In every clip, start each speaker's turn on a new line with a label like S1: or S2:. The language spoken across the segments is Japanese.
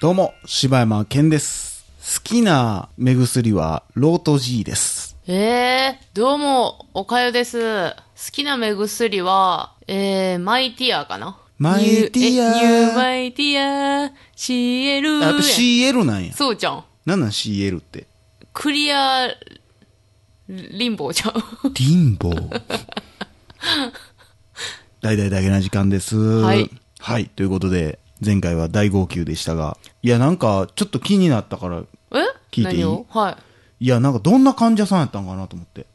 S1: どうも、柴山健です。好きな目薬は、ロート G です。
S2: えー、どうも、おかよです。好きな目薬は、えー、マイティアかな
S1: マイティア
S2: ニューえニューマイティア、CL。
S1: あやっぱ CL なんや。
S2: そうじゃん。
S1: なんなん CL って。
S2: クリア、リンボーじゃん。
S1: リンボー。大々だけな時間です。
S2: はい。
S1: はい。ということで、前回は大号泣でしたが、いや、なんか、ちょっと気になったから、
S2: え
S1: 聞いていい
S2: 何をはい。
S1: いや、なんか、どんな患者さんやったんかなと思って。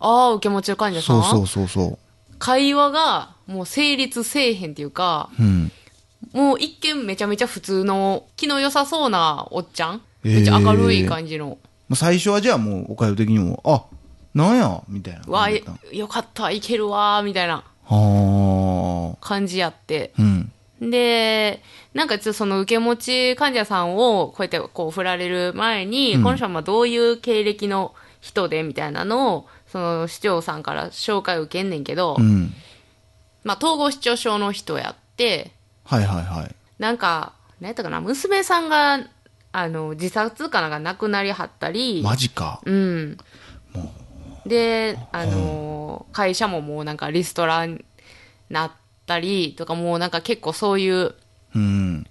S2: ああ、受け持ちの患者さん
S1: そうそうそうそ
S2: 会話が、もう成立せえへんっていうか、
S1: う。うん。
S2: もう一見めちゃめちゃ普通の、気の良さそうなおっちゃん。
S1: えー
S2: めっちゃ明るい感じの。
S1: まあ最初はじゃあもう、おかゆ的にも、あ、なんやみたいな
S2: わあ、
S1: 感じ
S2: え
S1: だった。
S2: よかった、いけるわー、みたいな
S1: は
S2: 感じやって。
S1: あ。うん。
S2: で、なんかちょっとその受け持ち患者さんをこうやってこう振られる前に、この人はまあどういう経歴の人でみたいなのを、その市長さんから紹介を受けんねんけど、
S1: うん。
S2: まあ統合失調症の人やって、
S1: はいはいはい。
S2: なんか、何やったかな、娘さんが、あの、自殺かなんか亡くなりはったり、
S1: マジか。
S2: うん。で、あのー会社ももうなんかリストラになったりとか、もうなんか結構そういう
S1: うん。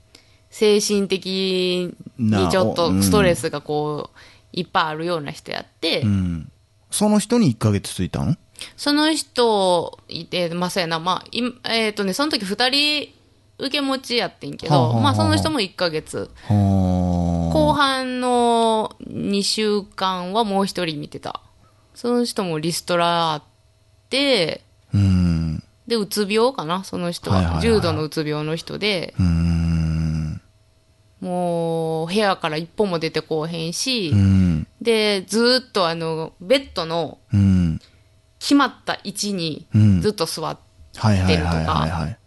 S2: 精神的にちょっ
S1: なおうん
S2: とストレスがこう、いっぱいあるような人やって、
S1: うん。その人に1ヶ月ついたの
S2: その人、いて、まあ、そうやな、まあ、いえっ、とね、その時二人受け持ちやってんけど、
S1: はあはあはあ
S2: まあその人も1ヶ月、後
S1: はあ。
S2: 半の2週間はもう一人見てた。その人もリストラあって、
S1: うん。
S2: で、うつ病かな、その人は。
S1: はいはいはい
S2: 重度のうつ病の人で、
S1: うん。
S2: もう部屋から一歩も出てこうへんし、
S1: うん。
S2: で、ずーっとあの、ベッドの
S1: うん。
S2: 決まった位置に
S1: うん
S2: ずっと座って、
S1: はいはいはい
S2: 出ると
S1: はい、はい。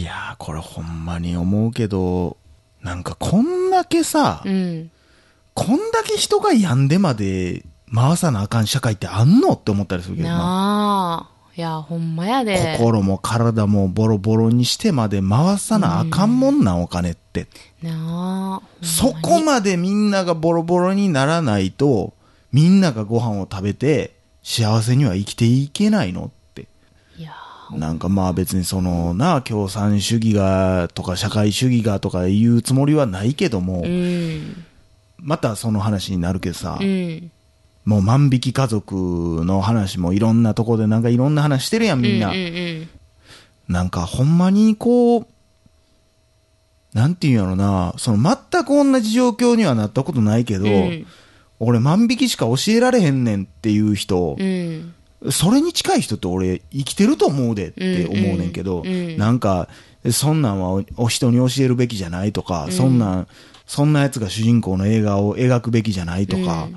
S1: いやー、これほんまに思うけど、なんかこんだけさ、
S2: うん。
S1: こんだけ人が病んでまで回さなあかん社会ってあんのって思ったりするけどな。
S2: なあ。いや、ほんまやで。
S1: 心も体もボロボロにしてまで回さなあかんもんな、お金って。
S2: なあ。
S1: そこまでみんながボロボロにならないと、みんながご飯を食べて、幸せには生きていけないのって。
S2: いや、
S1: なんかまあ別にそのな、共産主義がとか社会主義がとか言うつもりはないけども、
S2: うん。
S1: またその話になるけどさ、
S2: うん。
S1: もう万引き家族の話もいろんなとこでなんかいろんな話してるやんみんな。
S2: うんうんうん。
S1: なんかほんまにこう、なんていうんやろな、その全く同じ状況にはなったことないけど、
S2: うん
S1: 俺万引きしか教えられへんねんっていう人、
S2: うん。
S1: それに近い人って俺生きてると思うでって思うねんけど、
S2: うんうんうん
S1: なんか、そんなんはおお人に教えるべきじゃないとか、そんなん、そんな奴が主人公の映画を描くべきじゃないとか、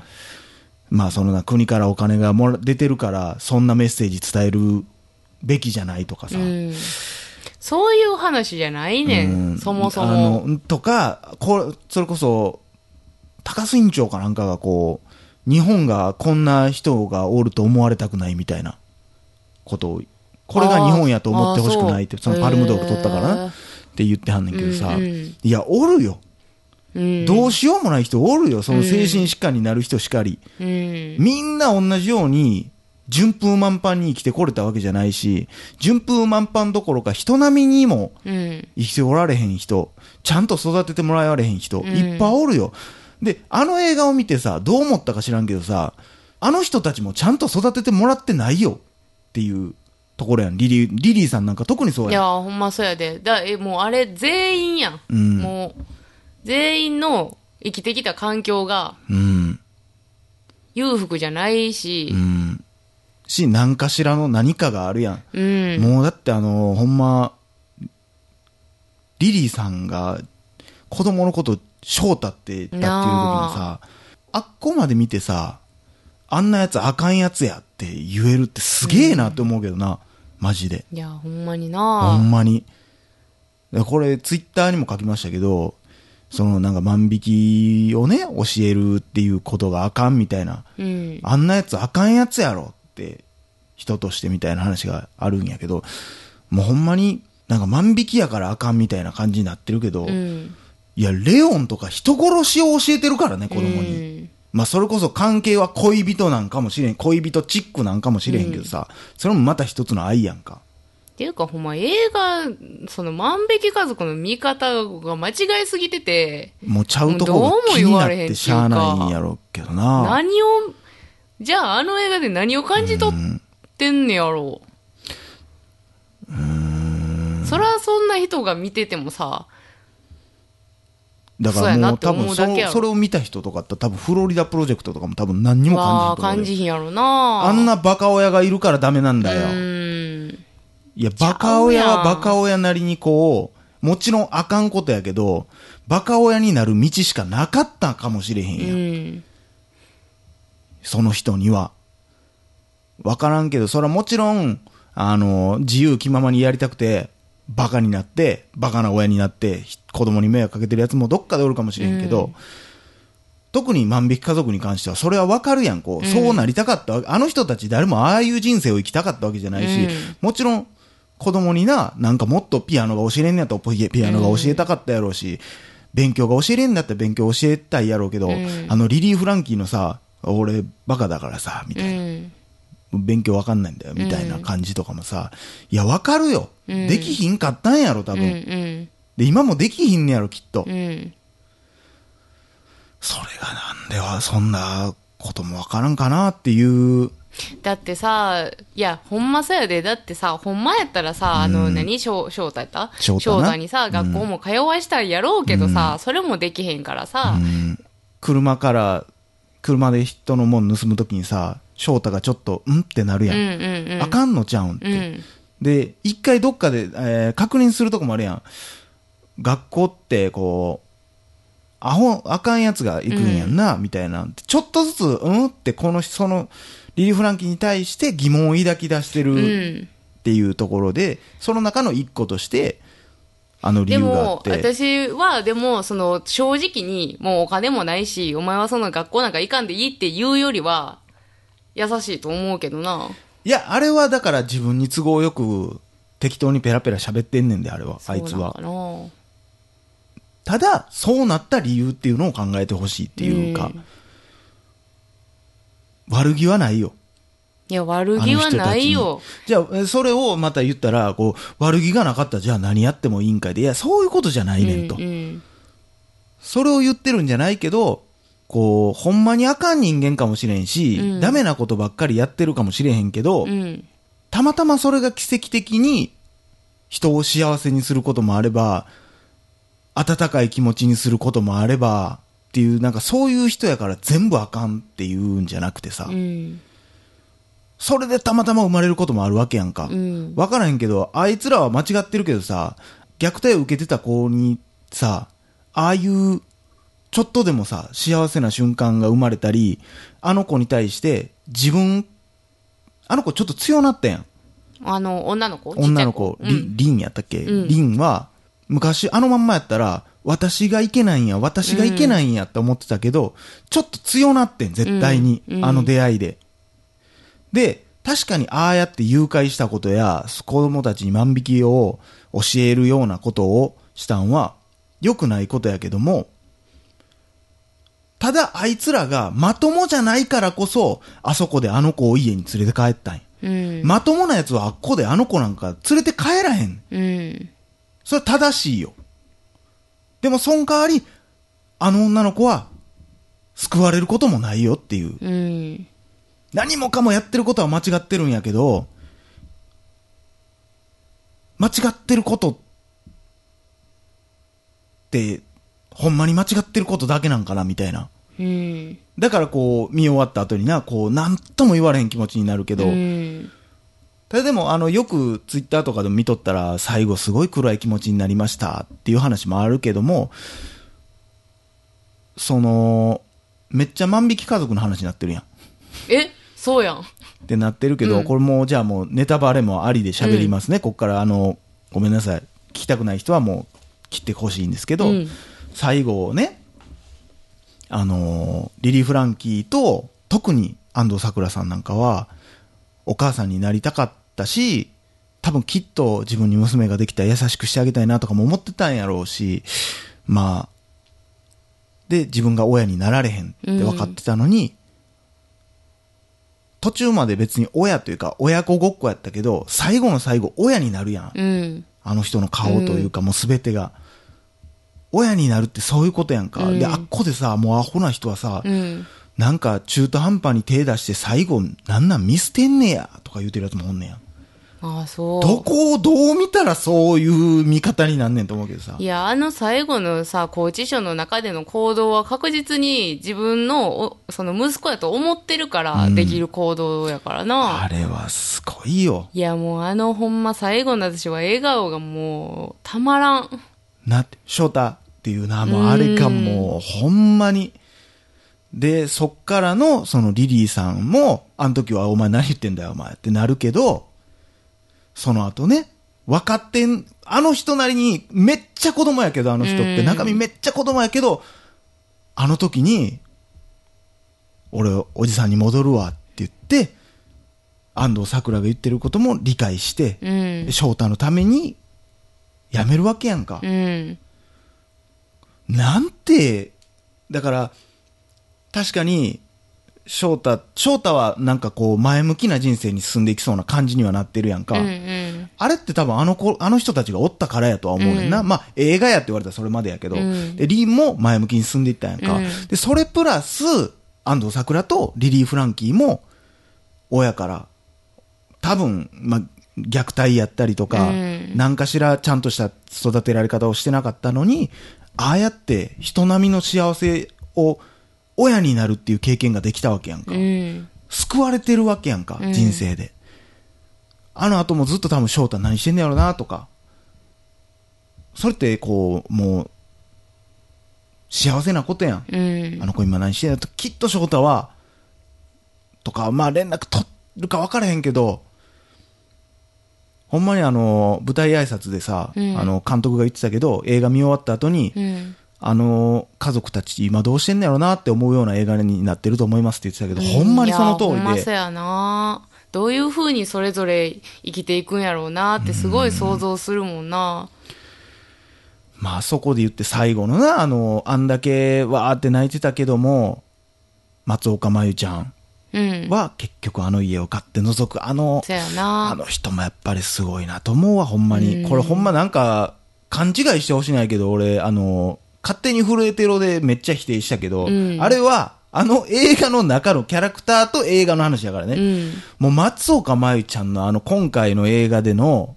S1: まあそのな国からお金がもら出てるから、そんなメッセージ伝えるべきじゃないとかさ、
S2: うん。そういう話じゃないねん。そもそも。
S1: あのとかこれそれこそ高須院長かなんかがこう日本がこんな人がおると思われたくないみたいなことをこれが日本やと思ってほしくないって
S2: あー
S1: そ
S2: そう
S1: のパルムドール取ったからな
S2: へー
S1: って言ってはんねんけどさ、
S2: うんうん
S1: いやおるよ
S2: うん。
S1: どうしようもない人おるよその精神疾患になる人しかり、
S2: うん。
S1: みんな同じように順風満帆に生きてこれたわけじゃないし順風満帆どころか人並みにも
S2: うん。
S1: 生きておられへん人、ちゃんと育ててもらわれへん人、いっぱいおるよ。で、あの映画を見てさ、どう思ったか知らんけどさ、あの人たちもちゃんと育ててもらってないよっていうところやん。リリー、リリーさんなんか特にそう
S2: い
S1: や
S2: や、
S1: ん。
S2: ほんまそうやで。だ、え、もうあれ、全員やん。
S1: うん
S2: もう、全員の生きてきた環境が
S1: うん。
S2: 裕福じゃないし
S1: う、ん。し、何かしらの何かがあるやん。
S2: うん。
S1: もうだってあの、ほんま、リリーさんが子供のこと翔太って言ったっていう時にさ、あっこまで見てさ、あんなやつあかんやつやって言えるってすげえなって思うけどな、マジで。
S2: いや、ほんまに
S1: ほ
S2: なん
S1: まに。でこれツイッターにも書きましたけど、そのなんか万引きをね、教えるっていうことがあかんみたいな。
S2: うん。
S1: あんなやつあかんやつやろって、人としてみたいな話があるんやけど、もうほんまに、なんか万引きやからあかんみたいな感じになってるけど、
S2: うん。
S1: いや、レオンとか人殺しを教えてるからね、子供に。
S2: うん
S1: まあ、それこそ関係は恋人なんかもしれん、恋人チックなんかもしれへんけどさ、それもまた一つの愛やんか。
S2: っていうか、ほんま、映画、その、万引き家族の見方が間違いすぎてて、
S1: もうちゃうとこが気になってしゃあないんやろうけどな。
S2: 何を、じゃあ、あの映画で何を感じ取ってんねやろう。そら、そんな人が見ててもさ、
S1: だ
S2: そう
S1: から
S2: やな
S1: もう
S2: って
S1: 多
S2: 思
S1: 分
S2: う
S1: そ
S2: だけ
S1: う
S2: やろ
S1: それを見た人とかって多分フロリダプロジェクトとかも多分何にも
S2: わあ、
S1: 感
S2: 感
S1: じ
S2: じ
S1: る
S2: ひんやろな。
S1: あんなバカ親がいるからダメなんだ
S2: う
S1: よ。
S2: ーん。
S1: いや、バカ親
S2: ちゃ
S1: は
S2: うやん
S1: バカ親なりにこう、もちろんあかんことやけど、バカ親になる道しかなかったかもしれへんやん
S2: う。ん。
S1: その人には。わからんけど、それはもちろん、あの、自由気ままにやりたくて、バカになって、バカな親になって、ひ子供に迷惑かけてるやつもどっかでおるかもしれんけど、特に万引き家族に関しては、それはわかるやん、こう、そうなりたかったわけあの人たち誰もああいう人生を生きたかったわけじゃないし、
S2: うん
S1: もちろん、子供にな、なんかもっとピアノが教えれんのやったらピピアノが教えたかったやろうし、勉強が教えれんだったら勉強教えたいやろうけど、
S2: ん
S1: あのリリー・フランキーのさ、俺バカだからさ、みた
S2: う
S1: いな、
S2: ん。
S1: 勉強わかんないんだよ、みたいな感じとかもさ、いや、わかるよ、
S2: うん
S1: できひんかったんやろ、多
S2: うん。
S1: 分、
S2: うん。
S1: で、今もできひんねやろ、きっと。
S2: うん。
S1: それがなんでは、そんなこともわからんかなっていう、
S2: だってさ、いや、ほんまそうやで。だってさ、ほんまやったらさ、あの、何、翔翔太やった
S1: 翔太な
S2: にさ、学校も通わしたいやろうけどさ、それもできへんからさ、
S1: うん車から、車で人のもん盗むときにさ、翔太がちょっと、んってなるや。
S2: うんんうんうん。
S1: あかんのちゃうんって。
S2: うん。
S1: で、一回どっかで、えー確認するとこもあるやん。学校って、こう、アホ、あかんやつが行くんやんな、みたいな。ちょっとずつ、うんって、この、その、リリー・フランキーに対して疑問を抱き出して
S2: う
S1: る
S2: ん。
S1: っていうところで、その中の一個として、あの理
S2: で
S1: 由があっ
S2: も、
S1: て。
S2: 私は、でも、その、正直に、もうお金もないし、お前はその学校なんか行かんでいいって言うよりは、優しいと思うけどな。
S1: いや、あれはだから自分に都合よく、適当にペラペラ喋ってんねんで、あれは、あいつは
S2: そう。なの
S1: ただ、そうなった理由っていうのを考えてほしいっていうか、
S2: うん
S1: 悪気はないよ。
S2: いや、悪気はないよ。
S1: じゃあ、えーそれをまた言ったら、こう、悪気がなかったらじゃあ何やってもいいんかいで、いや、そういうことじゃないねんと。
S2: うんうん
S1: それを言ってるんじゃないけど、こう、ほんまにあかん人間かもしれんし、
S2: うん
S1: ダメなことばっかりやってるかもしれへんけど、
S2: うん。
S1: たまたまそれが奇跡的に人を幸せにすることもあれば、温かい気持ちにすることもあれば、っていう、なんかそういう人やから全部あかんっていうんじゃなくてさ、
S2: うん。
S1: それでたまたま生まれることもあるわけやんか。
S2: うん。
S1: わからへんけど、あいつらは間違ってるけどさ、虐待を受けてた子にさ、ああいう、ちょっとでもさ、幸せな瞬間が生まれたり、あの子に対して、自分、あの子ちょっと強なったやん。
S2: あの、女の子
S1: 女の子、
S2: ちっちゃい
S1: り、りんやったっけ、
S2: うん
S1: りんは、昔あのまんまやったら、私がいけないんや、私がいけないんやって思ってたけど、ちょっと強なってん、絶対に。
S2: うんうん
S1: あの出会いで。で、確かにああやって誘拐したことや、子供たちに万引きを教えるようなことをしたんは、良くないことやけども、ただあいつらがまともじゃないからこそ、あそこであの子を家に連れて帰ったんや。
S2: うん。
S1: まともなやつはあっこであの子なんか連れて帰らへん。
S2: うん。
S1: それは正しいよ。でもその代わり、あの女の子は救われることもないよっていう。
S2: うん。
S1: 何もかもやってることは間違ってるんやけど、間違ってることって、ほんまに間違ってることだけなんかなみたいな。
S2: うん。
S1: だからこう、見終わった後にな、こう、なんとも言われへん気持ちになるけど、
S2: うん。
S1: ただでも、あの、よくツイッターとかでも見とったら、最後すごい暗い気持ちになりましたっていう話もあるけども、その、めっちゃ万引き家族の話になってるやん。っ
S2: えそうやん。
S1: てなってるけど、
S2: うん
S1: これもうじゃあもうネタバレもありで喋りますね。こっからあの、ごめんなさい。聞きたくない人はもう切ってほしいんですけど、
S2: うん
S1: 最後ね、あのーリリー・フランキーと、特に安藤サクラさんなんかは、お母さんになりたかったし、多分きっと自分に娘ができたら優しくしてあげたいなとかも思ってたんやろうし、まあ、で、自分が親になられへんって分かってたのに、途中まで別に親というか親子ごっこやったけど、最後の最後親になるやん。
S2: うん。
S1: あの人の顔というか、もう全てが。親になるってそういうことやんか。で、あっこでさ、もうアホな人はさ、
S2: うん。
S1: なんか中途半端に手出して最後、なんなん見捨てんねや、とか言うてるやつもおんねや。
S2: ああ、そう。
S1: どこをどう見たらそういう見方になんねんと思うけどさ
S2: い。や、あの最後のさ、拘置所の中での行動は確実に自分の、おその息子やと思ってるからできる行動やからな。
S1: あれはすごいよ。
S2: いや、もうあのほんま最後の私は笑顔がもう、たまらん。
S1: なって、翔太っていうな、もうあれがもう、ほんまに。で、そっからの、そのリリーさんも、あの時はお前何言ってんだよ、お前ってなるけど、その後ね、分かってん、あの人なりに、めっちゃ子供やけど、あの人っ
S2: う
S1: て、
S2: ん
S1: 中身めっちゃ子供やけど、あの時に、俺、おじさんに戻るわって言って、安藤桜が言ってることも理解して、
S2: うん。
S1: 翔太のために、やめるわけやんか。
S2: うん。
S1: なんて、だから、確かに、翔太、翔太はなんかこう前向きな人生に進んでいきそうな感じにはなってるやんか。
S2: うんうん。
S1: あれって多分あの子、あの人たちがおったからやとは思うねんな。まあ映画やって言われたらそれまでやけど、
S2: うん
S1: で、リンも前向きに進んでいったやんか。
S2: うん
S1: で、それプラス、安藤桜とリリー・フランキーも、親から、多分、まあ、虐待やったりとか、
S2: うん
S1: 何かしらちゃんとした育てられ方をしてなかったのに、ああやって人並みの幸せを親になるっていう経験ができたわけやんか。
S2: うん。
S1: 救われてるわけやんか、
S2: うん
S1: 人生で。あの後もずっと多分翔太何してんねやろなとか。それってこう、もう、幸せなことやん。
S2: うん
S1: あ。の子今何してんやろと、きっと翔太は、とか、まあ連絡取るか分からへんけど、ほんまにあの、舞台挨拶でさ、
S2: うん
S1: あの、監督が言ってたけど、映画見終わった後に、
S2: うん。
S1: あの、家族たち今どうしてんのやろなって思うような映画になってると思いますって言ってたけど、ほんまにその通
S2: いやほんま
S1: り
S2: そ
S1: で、
S2: やな。どういうふうにそれぞれ生きていくんやろうなってすごい想像するもんな。
S1: まあそこで言って最後のな、あの、あんだけわーって泣いてたけども、松岡真優ちゃん
S2: うん。
S1: は結局あの家を買って覗く、あの、
S2: そや
S1: あ
S2: な。
S1: の人もやっぱりすごいなと思うわ、ほんま
S2: う
S1: に。
S2: ん
S1: これほんまなんか、勘違いしてほしないけど、俺、あの、勝手に震えてろでめっちゃ否定したけど、
S2: うん
S1: あれは、あの映画の中のキャラクターと映画の話だからね。
S2: うん。
S1: もう松岡真優ちゃんのあの今回の映画での、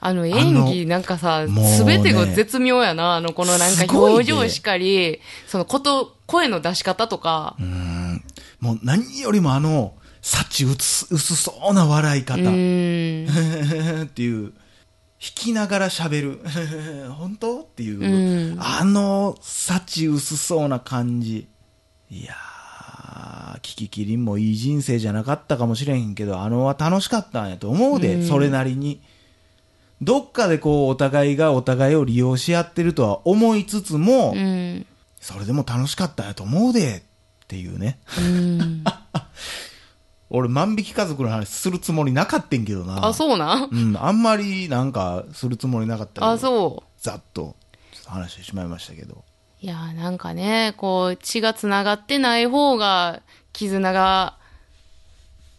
S2: あの
S1: あ
S2: 演技
S1: の
S2: なんかさ、
S1: もうね
S2: すべてが絶妙やな。あの、このなん
S1: す
S2: か
S1: ごいね
S2: 表情しかり、そのこと、声の出し方とか。
S1: うんもう何よりもあの、幸薄薄そうな笑い方、
S2: うん。
S1: っていう、弾きながら喋る、 本当っていう、
S2: うん
S1: あの幸薄そうな感じ。いやー、キキキリンもいい人生じゃなかったかもしれへんけど、あのは楽しかったんやと思うで、
S2: うん
S1: それなりに。どっかでこう、お互いがお互いを利用し合ってるとは思いつつも、
S2: うん。
S1: それでも楽しかったんやと思うで、っていうね。
S2: うん。
S1: 俺、万引き家族の話するつもりなかったんけどな。
S2: あ、そうなん
S1: うん、あんまりなんかするつもりなかったけど、
S2: あ、そう。
S1: ざっとちょっと話してしまいましたけど。
S2: いやーなんかね、こう、血が繋がってない方が、絆が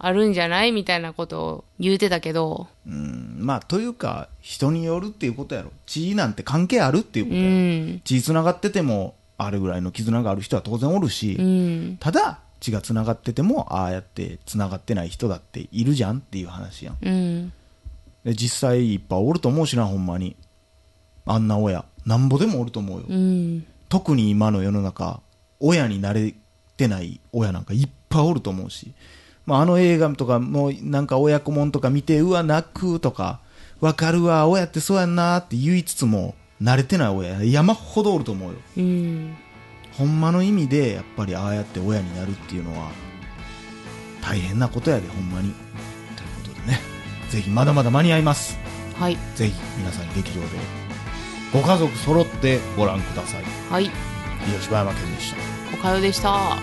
S2: あるんじゃないみたいなことを言うてたけど、
S1: うん、まあ、というか、人によるっていうことやろ。血なんて関係あるっていうこ
S2: う
S1: とやろ。
S2: ん。
S1: 血繋がってても、あれぐらいの絆がある人は当然おるし、
S2: うん。
S1: ただ、血が繋がってても、ああやって繋がってない人だっているじゃんっていう話やん。
S2: うん。
S1: で実際いっぱいおると思うしな、ほんまに。あんな親。なんぼでもおると思うよ。
S2: うん。
S1: 特に今の世の中親になれてない親なんかいっぱいおると思うし、まあ、あの映画とかもうなんか親子もんとか見てうわ泣くとかわかるわ親ってそうやんなって言いつつも慣れてない親山ほどおると思うよ
S2: うん。
S1: ほんまの意味でやっぱりああやって親になるっていうのは大変なことやでほんまにということでねぜひまだまだ間に合います
S2: はい。
S1: ぜひ皆さん劇場でご家族揃ってご覧ください
S2: はい。
S1: 吉葉山県でした
S2: おかよでした。